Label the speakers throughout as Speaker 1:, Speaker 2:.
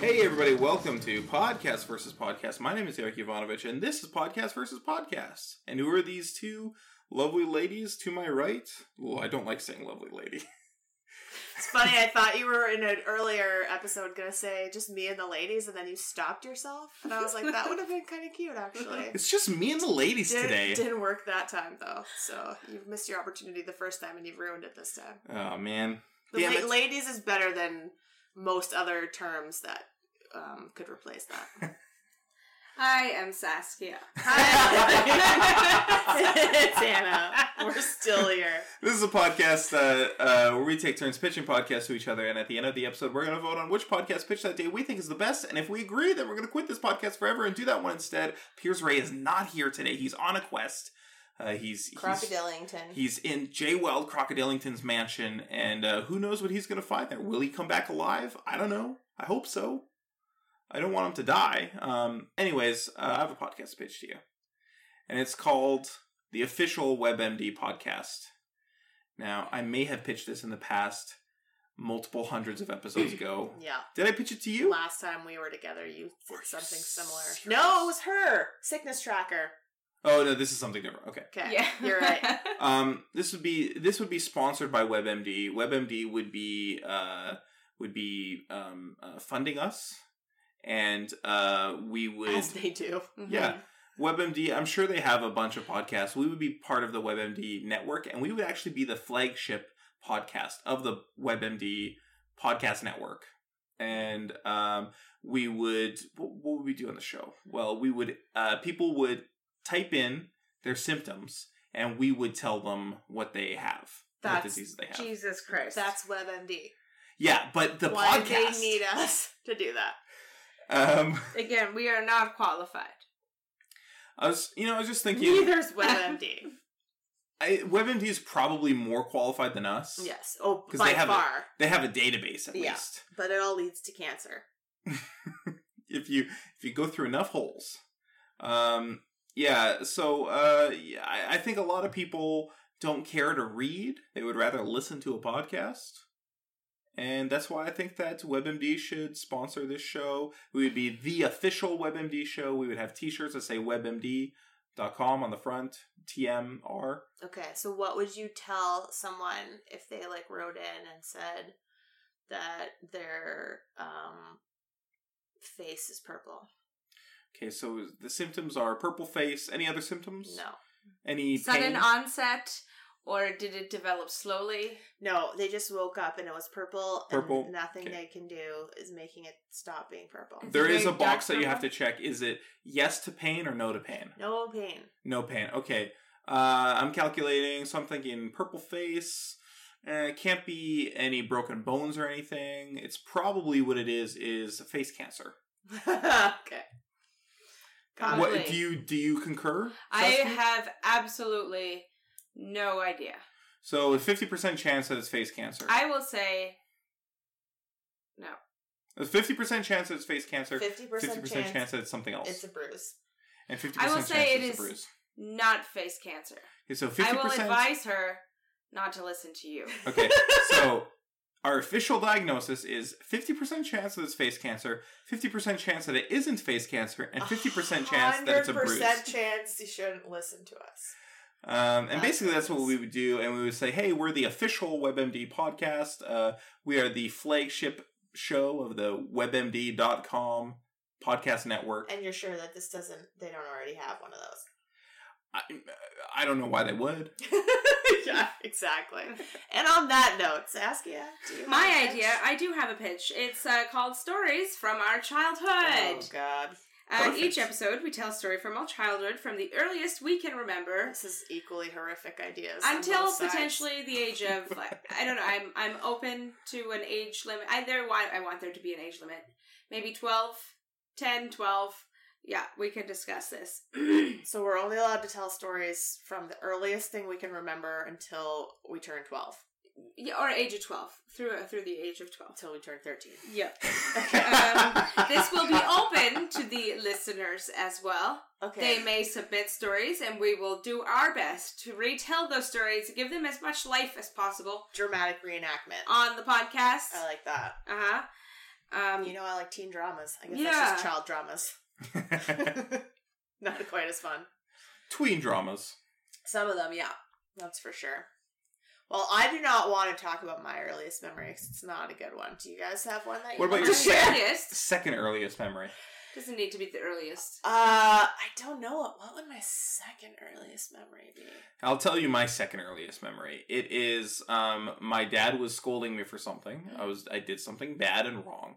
Speaker 1: Hey everybody, welcome to Podcast versus Podcast. My name is Eric Ivanovich, and this is Podcast versus Podcast. And who are these two lovely ladies to my right? Well, I don't like saying lovely lady.
Speaker 2: It's funny. I thought you were in an earlier episode gonna say just me and the ladies, and then you stopped yourself, and I was like, that would have been kind of cute, actually.
Speaker 1: It's just me and the ladies
Speaker 2: Didn't-
Speaker 1: today.
Speaker 2: didn't work that time though, so you've missed your opportunity the first time, and you've ruined it this time.
Speaker 1: Oh man.
Speaker 2: The
Speaker 1: Damn
Speaker 2: la-
Speaker 1: it.
Speaker 2: ladies is better than most other terms that um, could replace that.
Speaker 3: I am Saskia.
Speaker 2: it's Anna. We're still here.
Speaker 1: This is a podcast uh, uh, where we take turns pitching podcasts to each other, and at the end of the episode, we're going to vote on which podcast pitch that day we think is the best. And if we agree, then we're going to quit this podcast forever and do that one instead. Piers Ray is not here today; he's on a quest. Uh, he's he's-
Speaker 3: Crocodillington.
Speaker 1: He's in J. Weld Crocodilington's mansion, and uh, who knows what he's going to find there? Will he come back alive? I don't know. I hope so. I don't want him to die. Um, anyways, uh, I have a podcast pitch to you, and it's called the Official WebMD Podcast. Now, I may have pitched this in the past, multiple hundreds of episodes ago.
Speaker 2: Yeah.
Speaker 1: Did I pitch it to you?
Speaker 2: Last time we were together, you
Speaker 1: Are
Speaker 2: did
Speaker 1: you
Speaker 2: something similar.
Speaker 1: serious?
Speaker 2: No, it was her sickness tracker.
Speaker 1: Oh no, this is something different. Okay.
Speaker 2: Okay, you're right.
Speaker 1: um, this would be this would be sponsored by WebMD. WebMD would be uh, would be um, uh, funding us, and uh, we would
Speaker 2: As they do.
Speaker 1: yeah. WebMD, I'm sure they have a bunch of podcasts. We would be part of the WebMD network, and we would actually be the flagship podcast of the WebMD podcast network. And um, we would, what, what would we do on the show? Well, we would, uh, people would type in their symptoms, and we would tell them what they have, what
Speaker 2: That's
Speaker 1: diseases they have.
Speaker 3: Jesus Christ.
Speaker 2: That's WebMD.
Speaker 1: Yeah, but the
Speaker 2: Why do
Speaker 1: podcast.
Speaker 2: they need us to do that?
Speaker 1: um,
Speaker 3: Again, we are not qualified.
Speaker 1: I was, you know, I was just thinking,
Speaker 2: Neither's WebMD.
Speaker 1: I, WebMD is probably more qualified than us.
Speaker 2: yes. Oh,
Speaker 1: 'Cause
Speaker 2: by
Speaker 1: they have a-
Speaker 2: far.
Speaker 1: they have a database at
Speaker 2: Yeah.
Speaker 1: least.
Speaker 2: But it all leads to cancer.
Speaker 1: if you if you go through enough holes. Um, yeah, so uh, yeah, I, I think a lot of people don't care to read; they would rather listen to a podcast, and that's why I think that WebMD should sponsor this show. We would be the official WebMD show. We would have T-shirts that say WebMD.com on the front, TMR.
Speaker 2: Okay, so what would you tell someone if they like wrote in and said that their um face is purple?
Speaker 1: Okay, so the symptoms are purple face. Any other symptoms?
Speaker 2: No.
Speaker 1: Any
Speaker 3: Sudden
Speaker 1: pain?
Speaker 3: onset, or did it develop slowly?
Speaker 2: No, they just woke up and it was purple,
Speaker 1: Purple,
Speaker 2: and nothing
Speaker 1: okay.
Speaker 2: they can do is making it stop being purple.
Speaker 3: Is
Speaker 1: there
Speaker 3: it
Speaker 1: is a
Speaker 3: very
Speaker 1: box
Speaker 3: dark
Speaker 1: that you have to
Speaker 3: purple?
Speaker 1: check. Is it yes to pain or no to pain?
Speaker 2: No pain.
Speaker 1: No pain. Okay. Uh, I'm calculating, so I'm thinking purple face. Uh, can't be any broken bones or anything. It's probably what it is is face cancer.
Speaker 2: okay.
Speaker 3: Probably.
Speaker 1: What do you do? You concur?
Speaker 3: I
Speaker 1: Saskia?
Speaker 3: have absolutely no idea.
Speaker 1: so a fifty percent chance that it's face cancer.
Speaker 3: I will say no.
Speaker 1: a fifty percent chance that it's face cancer.
Speaker 2: Fifty
Speaker 1: Fifty
Speaker 2: percent
Speaker 1: percent
Speaker 2: chance,
Speaker 1: chance that it's something else.
Speaker 2: it's a bruise.
Speaker 1: and fifty
Speaker 3: I will
Speaker 1: percent chance
Speaker 3: say it
Speaker 1: it's a
Speaker 3: is-
Speaker 1: bruise.
Speaker 3: Not face cancer.
Speaker 1: Okay, so
Speaker 3: I
Speaker 1: fifty
Speaker 3: will
Speaker 1: percent.
Speaker 3: advise her not to listen to you.
Speaker 1: Okay, so our official diagnosis is 50% chance that it's face cancer, 50% chance that it isn't face cancer, and 50% chance that it's a bruise.
Speaker 2: 100% chance you shouldn't listen to us.
Speaker 1: Um, and
Speaker 2: That's
Speaker 1: basically, that's what we would do. And we would say, hey, we're the official WebMD podcast. Uh, we are the flagship show of the WebMD.com podcast network.
Speaker 2: And you're sure that this doesn't, they don't already have one of
Speaker 1: I, I don't know why they would.
Speaker 2: those. yeah, exactly. And on that note, Saskia, do you
Speaker 3: My
Speaker 2: have a
Speaker 3: idea,
Speaker 2: pitch?
Speaker 3: I do have a pitch. It's uh, called Stories from Our
Speaker 2: Oh,
Speaker 3: Childhood.
Speaker 2: God.
Speaker 3: Uh,
Speaker 1: Oh, Perfect.
Speaker 3: each episode, we tell a story from our childhood from the earliest we can remember
Speaker 2: This is equally horrific ideas. on
Speaker 3: until
Speaker 2: both sides.
Speaker 3: potentially the age of, like, I don't know, I'm, I'm open to an age limit. I, there, why, I want there to be an age limit. Maybe 12, 10, 12. Yeah, we can discuss this.
Speaker 2: So we're only allowed to tell stories from the earliest thing we can remember until we turn 12,
Speaker 3: yeah, or age of 12, through, through the age of 12.
Speaker 2: until we turn 13.
Speaker 3: Yep. Um, this will be open to the listeners as well.
Speaker 2: Okay.
Speaker 3: They may submit stories, and we will do our best to retell those stories, give them as much life as possible
Speaker 2: Dramatic reenactment.
Speaker 3: on the podcast.
Speaker 2: I like that.
Speaker 3: Uh huh. Um,
Speaker 2: Uh, You know, I like teen dramas. I guess that's
Speaker 3: Yeah.
Speaker 2: just child dramas. Not quite as fun.
Speaker 1: Tween dramas.
Speaker 2: Some of them, yeah, that's for sure. Well, I do not want to talk about my earliest memory 'cause it's not a good one. Do you guys have one that you
Speaker 1: What about
Speaker 2: want
Speaker 1: your
Speaker 2: to
Speaker 1: second?
Speaker 2: share?
Speaker 3: earliest
Speaker 1: Second earliest memory.
Speaker 3: doesn't need to be the earliest.
Speaker 2: Uh, I don't know what, what would my second earliest memory be.
Speaker 1: I'll tell you my second earliest memory. It is um, my dad was scolding me for something. I was I did something bad and wrong,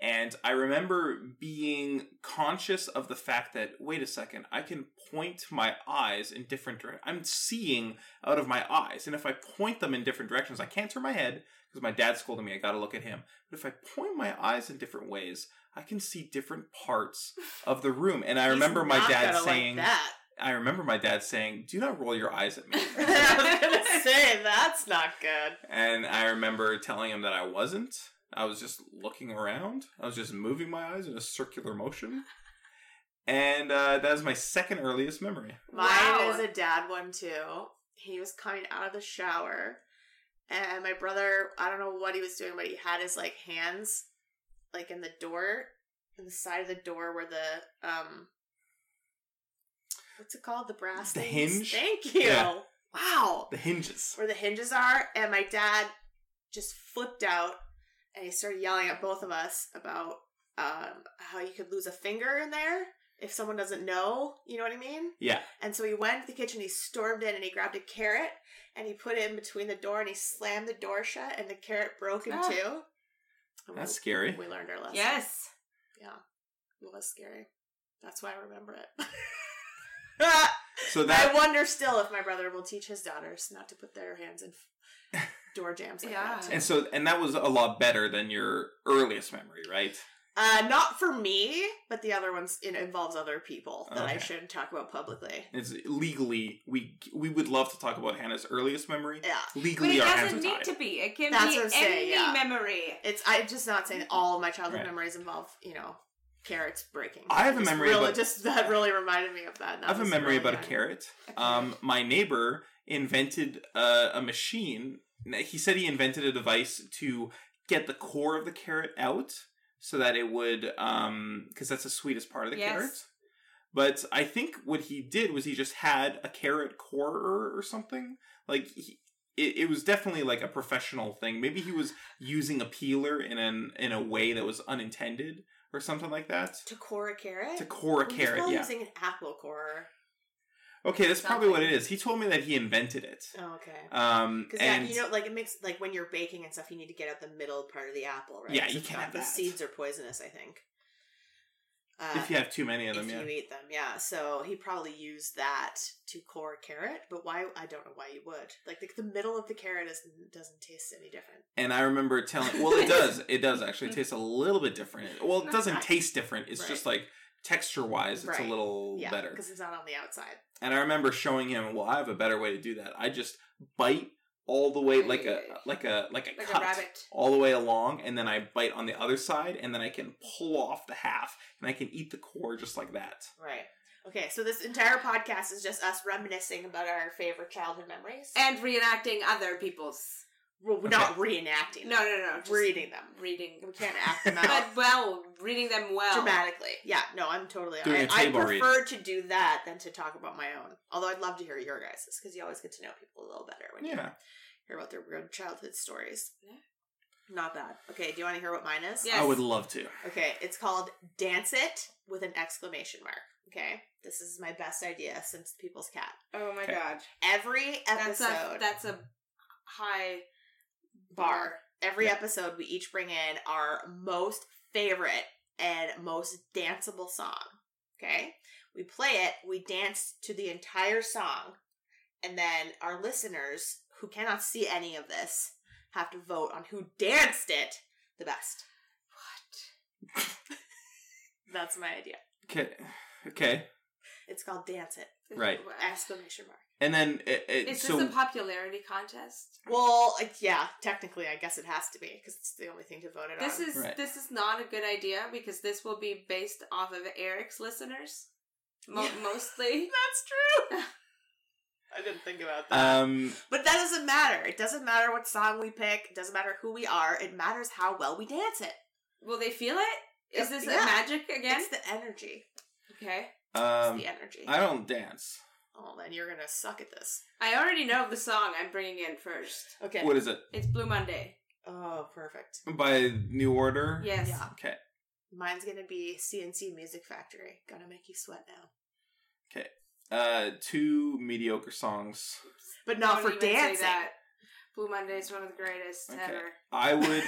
Speaker 1: and I remember being conscious of the fact that wait a second, I can point my eyes in different directions. I'm seeing out of my eyes, and if I point them in different directions, I can't turn my head because my dad's scolding me. I got to look at him. But if I point my eyes in different ways, I can see different parts of the room. And I
Speaker 2: He's
Speaker 1: remember my
Speaker 2: not
Speaker 1: dad
Speaker 2: gonna like
Speaker 1: saying.
Speaker 2: that.
Speaker 1: I remember my dad saying, "Do not roll your eyes at me."
Speaker 2: I was gonna say that's not good.
Speaker 1: and I remember telling him that I wasn't. I was just looking around. I was just moving my eyes in a circular motion. And uh, that is my second earliest memory.
Speaker 2: Mine
Speaker 3: Wow.
Speaker 2: is a dad one too. He was coming out of the shower, and my brother, I don't know what he was doing, but he had his like hands like in the door, in the side of the door where the um, what's it called, the brass
Speaker 1: The
Speaker 2: things?
Speaker 1: hinge?
Speaker 2: Thank you.
Speaker 1: Yeah.
Speaker 2: Wow,
Speaker 1: The hinges.
Speaker 2: where the hinges are, and my dad just flipped out and he started yelling at both of us about um, how you could lose a finger in there if someone doesn't know. You know what I mean?
Speaker 1: Yeah.
Speaker 2: And so he went to the kitchen, he stormed in and he grabbed a carrot and he put it in between the door and he slammed the door shut and the carrot broke in
Speaker 3: Ah.
Speaker 2: two. And
Speaker 1: That's
Speaker 2: we,
Speaker 1: scary.
Speaker 2: we learned our lesson.
Speaker 3: Yes.
Speaker 2: It was scary. That's why I remember it.
Speaker 1: So
Speaker 2: I
Speaker 1: that
Speaker 2: wonder still if my brother will teach his daughters not to put their hands in door jams like
Speaker 3: Yeah.
Speaker 2: that.
Speaker 1: and so and that was a lot better than your earliest memory, right?
Speaker 2: Uh, not for me, but the other ones it involves other people that I
Speaker 1: Okay.
Speaker 2: shouldn't talk about publicly.
Speaker 1: It's legally we we would love to talk about Hannah's earliest memory.
Speaker 2: Yeah,
Speaker 3: But
Speaker 1: Legally,
Speaker 3: it
Speaker 1: our hands are
Speaker 3: doesn't
Speaker 1: tied.
Speaker 3: need to be. It can
Speaker 2: That's
Speaker 3: be
Speaker 2: what
Speaker 3: any
Speaker 2: I'm saying, yeah.
Speaker 3: memory.
Speaker 2: it's I'm just not saying all of my childhood
Speaker 1: Right.
Speaker 2: memories involve you know carrots breaking.
Speaker 1: I have a
Speaker 2: Just
Speaker 1: memory
Speaker 2: Really,
Speaker 1: about-
Speaker 2: just that really reminded me of that. and that
Speaker 1: I have a
Speaker 2: was
Speaker 1: memory
Speaker 2: really
Speaker 1: about a
Speaker 2: young.
Speaker 1: carrot. Um, my neighbor invented uh, a, a machine. He said he invented a device to get the core of the carrot out so that it would, because that's the sweetest part of the
Speaker 3: Yes.
Speaker 1: carrot. But I think what he did was he just had a carrot core or, or something. Like, he, it, it was definitely like a professional thing. Maybe he was using a peeler in an in a way that was unintended or something like that.
Speaker 2: To core a carrot.
Speaker 1: To core a
Speaker 2: Well, he's
Speaker 1: carrot,
Speaker 2: probably
Speaker 1: yeah.
Speaker 2: Using an apple core.
Speaker 1: Okay, that's probably what it
Speaker 3: Something.
Speaker 1: is. He told me that he invented it.
Speaker 2: Oh, okay.
Speaker 1: Um,
Speaker 2: Because yeah,
Speaker 1: and
Speaker 2: you know, like it makes like when you're baking and stuff, you need to get out the middle part of the apple, right?
Speaker 1: Yeah,
Speaker 2: 'Cause
Speaker 1: you
Speaker 2: if
Speaker 1: can't
Speaker 2: not,
Speaker 1: have
Speaker 2: The
Speaker 1: that.
Speaker 2: seeds are poisonous, I think. Uh,
Speaker 1: if you have too many of them,
Speaker 2: if
Speaker 1: yeah.
Speaker 2: you eat them, yeah. So he probably used that to core a carrot, but why? I don't know why you would. Like the, the middle of the carrot is, doesn't taste any different.
Speaker 1: And I remember telling, well, it does. It does actually taste a little bit different. Well, it doesn't taste different. It's just like texture wise, it's
Speaker 2: Right.
Speaker 1: a little
Speaker 2: yeah,
Speaker 1: better.
Speaker 2: because it's not on the outside.
Speaker 1: And I remember showing him, well, I have a better way to do that. I just bite all the way like a like a like a
Speaker 3: Like
Speaker 1: cut
Speaker 3: a rabbit.
Speaker 1: all the way along, and then I bite on the other side, and then I can pull off the half, and I can eat the core just like that.
Speaker 2: Right. Okay. So this entire podcast is just us reminiscing about our favorite childhood memories,
Speaker 3: And reenacting other people's.
Speaker 2: well, we're not reenacting.
Speaker 3: No, no, no. just
Speaker 2: them, reading them.
Speaker 3: Reading.
Speaker 2: We can't act them out
Speaker 3: But well, reading them well.
Speaker 2: dramatically. Yeah. No, I'm totally.
Speaker 1: Doing
Speaker 2: I,
Speaker 1: a
Speaker 2: I
Speaker 1: table read.
Speaker 2: prefer to do that than to talk about my own. Although I'd love to hear your guys's because you always get to know people a little better when you
Speaker 1: Yeah.
Speaker 2: hear about their real childhood stories.
Speaker 3: Yeah.
Speaker 2: Not bad. Okay, do you want to hear what mine is?
Speaker 3: Yes.
Speaker 1: I would love to.
Speaker 2: Okay, it's called Dance It with an exclamation mark. Okay, this is my best idea since People's Cat.
Speaker 3: Oh my
Speaker 1: Okay.
Speaker 3: god.
Speaker 2: Every
Speaker 3: That's
Speaker 2: episode,
Speaker 3: a that's a high
Speaker 2: bar, every
Speaker 1: Yeah.
Speaker 2: episode, we each bring in our most favorite and most danceable song. Okay, we play it, we dance to the entire song, and then our listeners who cannot see any of this have to vote on who danced it the best. That's my idea.
Speaker 1: Okay. Okay.
Speaker 2: It's called Dance It!
Speaker 3: What?
Speaker 1: Right.
Speaker 2: Exclamation mark.
Speaker 1: And then it, it,
Speaker 3: Is
Speaker 1: so
Speaker 3: this a popularity contest?
Speaker 2: Well, like, yeah, technically, I guess it has to be because it's the only thing to vote it
Speaker 3: This
Speaker 2: on.
Speaker 3: is
Speaker 1: Right.
Speaker 3: this is not a good idea because this will be based off of Eric's listeners, mo-
Speaker 2: Yeah.
Speaker 3: mostly.
Speaker 2: that's true. I didn't think about that,
Speaker 1: um
Speaker 2: but that doesn't matter. It doesn't matter what song we pick. It doesn't matter who we are. It matters how well we dance it.
Speaker 3: Will they feel it? Is this
Speaker 2: Yeah.
Speaker 3: a magic again?
Speaker 2: It's the energy.
Speaker 3: okay.
Speaker 1: Um,
Speaker 2: it's the energy.
Speaker 1: I don't dance.
Speaker 2: oh, then you're gonna suck at this.
Speaker 3: I already know the song I'm bringing in first.
Speaker 2: Okay.
Speaker 1: What is it?
Speaker 3: It's Blue Monday.
Speaker 2: Oh, perfect.
Speaker 1: By New Order?
Speaker 3: Yes.
Speaker 2: Yeah.
Speaker 1: Okay.
Speaker 2: Mine's gonna be CNC Music Factory. Gonna make you sweat now.
Speaker 1: Uh, two mediocre songs.
Speaker 2: But not
Speaker 3: Don't
Speaker 2: for
Speaker 3: even say
Speaker 2: dancing.
Speaker 3: Blue Monday is one of the greatest
Speaker 1: Okay.
Speaker 3: ever.
Speaker 1: I would.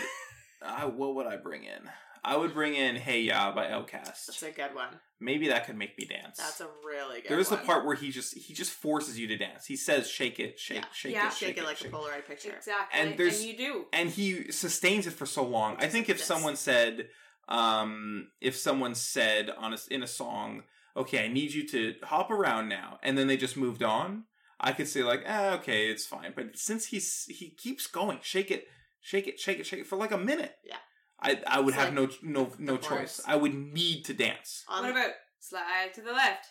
Speaker 1: I what would I bring in? I would bring in "Hey Ya" by Outkast.
Speaker 2: That's a good one.
Speaker 1: Maybe that could make me dance.
Speaker 2: That's a really good
Speaker 1: There's
Speaker 2: one.
Speaker 1: the part where he just he just forces you to dance. He says, "Shake it, shake,
Speaker 2: Yeah.
Speaker 1: shake
Speaker 3: Yeah.
Speaker 1: it,
Speaker 2: Shake it like
Speaker 1: shake
Speaker 2: a Polaroid picture.
Speaker 3: Exactly.
Speaker 1: And
Speaker 3: And,
Speaker 1: there's-
Speaker 3: you do.
Speaker 1: and he sustains it for so long. I think if
Speaker 2: Yes.
Speaker 1: someone said, um, if someone said on a, in a song, "Okay, I need you to hop around now," and then they just moved on, I could say like, ah, "Okay, it's fine." But since he's he keeps going, shake it, shake it, shake it, shake it for like a minute.
Speaker 2: Yeah.
Speaker 1: I I would
Speaker 2: It's
Speaker 1: have
Speaker 2: like
Speaker 1: no no no choice.
Speaker 2: chorus.
Speaker 1: I would need to dance.
Speaker 2: On
Speaker 3: what about slide to the left?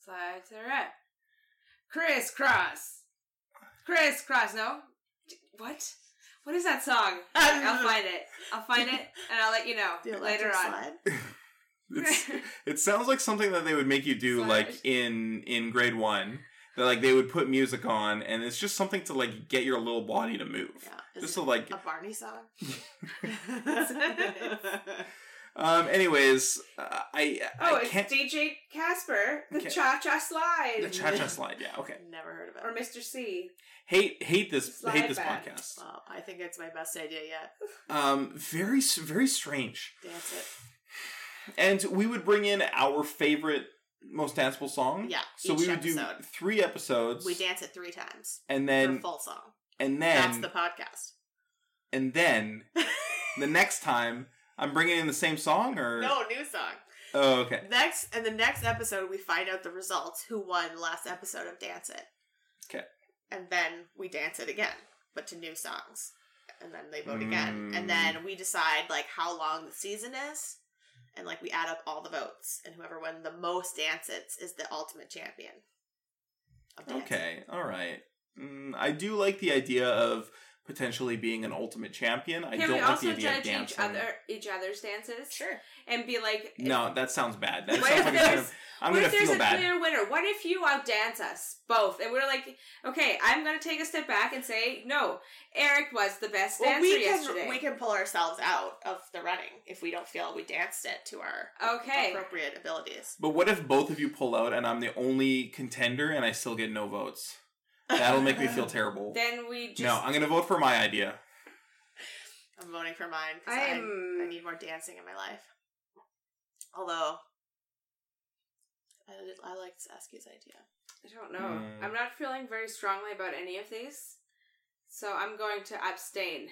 Speaker 3: Slide to the right. Crisscross. Crisscross. No? D- What? What is that song?
Speaker 2: I don't
Speaker 3: I'll
Speaker 2: know.
Speaker 3: find it. I'll find it and I'll let you know
Speaker 2: the
Speaker 3: later
Speaker 2: electric
Speaker 3: on.
Speaker 2: slide?
Speaker 1: It's, it sounds like something that they would make you do like
Speaker 3: Slash.
Speaker 1: in in grade one. That like they would put music on, and it's just something to like get your little body to move.
Speaker 2: Yeah. Is
Speaker 1: just
Speaker 2: it
Speaker 1: to like
Speaker 2: a Barney song?
Speaker 1: um anyways uh, i
Speaker 3: Oh,
Speaker 1: i
Speaker 3: it's
Speaker 1: can't
Speaker 3: DJ Casper, the
Speaker 1: Okay.
Speaker 3: Cha Cha Slide.
Speaker 1: the cha-cha slide yeah okay
Speaker 2: Never heard of it.
Speaker 3: Or Mr. C.
Speaker 1: hate hate this
Speaker 3: Slide
Speaker 1: hate this
Speaker 3: back.
Speaker 1: podcast
Speaker 2: Well, I think it's my best idea yet.
Speaker 1: um very s- very strange
Speaker 2: Dance it.
Speaker 1: and we would bring in our favorite most danceable song
Speaker 2: Yeah.
Speaker 1: so
Speaker 2: each
Speaker 1: we would do
Speaker 2: episode.
Speaker 1: three episodes
Speaker 2: We dance it three times
Speaker 1: and
Speaker 2: for
Speaker 1: then
Speaker 2: full song.
Speaker 1: and
Speaker 2: That's
Speaker 1: then
Speaker 2: the podcast.
Speaker 1: and then the next time i'm bringing in the same song or
Speaker 2: No new song.
Speaker 1: oh okay
Speaker 2: Next and the next episode we find out the results who won last episode of Dance It.
Speaker 1: Okay.
Speaker 2: And then we dance it again, but to new songs. And then they vote again.
Speaker 1: Mm.
Speaker 2: And then we decide like how long the season is. And like we add up all the votes. And whoever won the most dance it's is the ultimate champion. Of dance It.
Speaker 1: Okay, all right. Mm, I do like the idea of potentially being an ultimate champion. I don't
Speaker 3: Can we
Speaker 1: like the
Speaker 3: also
Speaker 1: idea of
Speaker 3: judge each
Speaker 1: dancing.
Speaker 3: other each other's dances?
Speaker 2: Sure.
Speaker 3: And be like
Speaker 1: No, that sounds bad. That
Speaker 3: What
Speaker 1: sounds
Speaker 3: if
Speaker 1: like it's
Speaker 3: there's-
Speaker 1: gonna, I'm
Speaker 3: what
Speaker 1: gonna
Speaker 3: if there's
Speaker 1: feel
Speaker 3: a
Speaker 1: bad.
Speaker 3: clear winner? What if you outdance us both? And we're like, okay, I'm gonna take a step back and say, no, Eric was the best
Speaker 2: Well,
Speaker 3: dancer
Speaker 2: we can
Speaker 3: yesterday.
Speaker 2: we can pull ourselves out of the running if we don't feel we danced it to our
Speaker 3: Okay.
Speaker 2: appropriate abilities.
Speaker 1: But what if both of you pull out and I'm the only contender and I still get no votes? That'll make me feel terrible.
Speaker 3: then we just.
Speaker 1: no, I'm gonna vote for my idea.
Speaker 2: I'm voting for mine because I
Speaker 3: I'm.
Speaker 2: I need more dancing in my life. Although, I, did- I liked Saskia's idea.
Speaker 3: I don't know.
Speaker 1: Mm.
Speaker 3: I'm not feeling very strongly about any of these, so I'm going to abstain.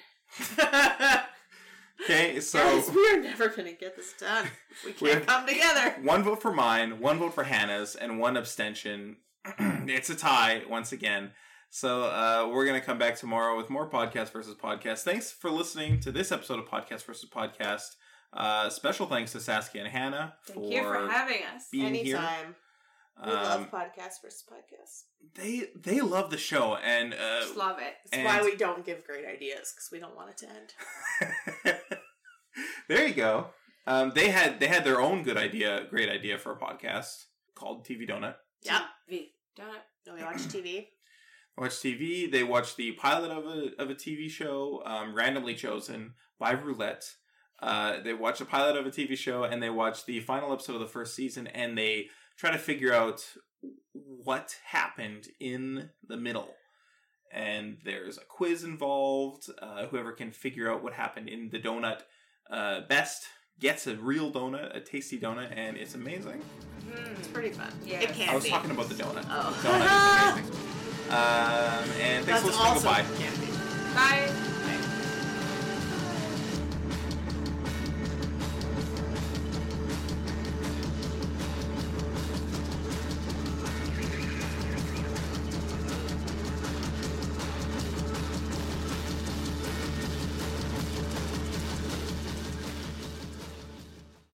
Speaker 1: Okay,
Speaker 2: Guys,
Speaker 1: so
Speaker 2: we are never going to get this done. We
Speaker 1: We're-
Speaker 2: can't come together.
Speaker 1: one vote for mine, one vote for Hannah's, and one abstention. it's a tie once again. So uh, we're gonna come back tomorrow with more podcast versus podcast. Thanks for listening to this episode of Podcast versus Podcast. Uh, special thanks to Saskia and Hannah
Speaker 3: Thank you for having us.
Speaker 1: being here.
Speaker 2: Anytime. We
Speaker 1: Um,
Speaker 2: love podcasts versus podcasts.
Speaker 1: they they love the show, and uh,
Speaker 3: just love it.
Speaker 2: That's why
Speaker 1: and-
Speaker 2: we don't give great ideas because we don't want it to end.
Speaker 1: there you go. Um, they had they had their own good idea, great idea for a podcast called TV Donut.
Speaker 2: Yep.
Speaker 3: V. Don't.
Speaker 2: No, we watch TV.
Speaker 1: watch TV. They watch the pilot of a of a TV show, um, randomly chosen by roulette. Uh, they watch the pilot of a TV show and they watch the final episode of the first season, and they try to figure out what happened in the middle. And there's a quiz involved. Uh, whoever can figure out what happened in the donut uh, best gets a real donut, a tasty donut, and it's amazing.
Speaker 2: It's
Speaker 3: Hmm.
Speaker 2: pretty fun.
Speaker 3: Yeah.
Speaker 2: It can
Speaker 1: I was
Speaker 2: be.
Speaker 1: talking about the donut.
Speaker 2: Oh.
Speaker 1: The donut is amazing. Um, and thanks
Speaker 2: That's
Speaker 1: for listening.
Speaker 2: also
Speaker 1: Goodbye.
Speaker 2: can be.
Speaker 3: Bye.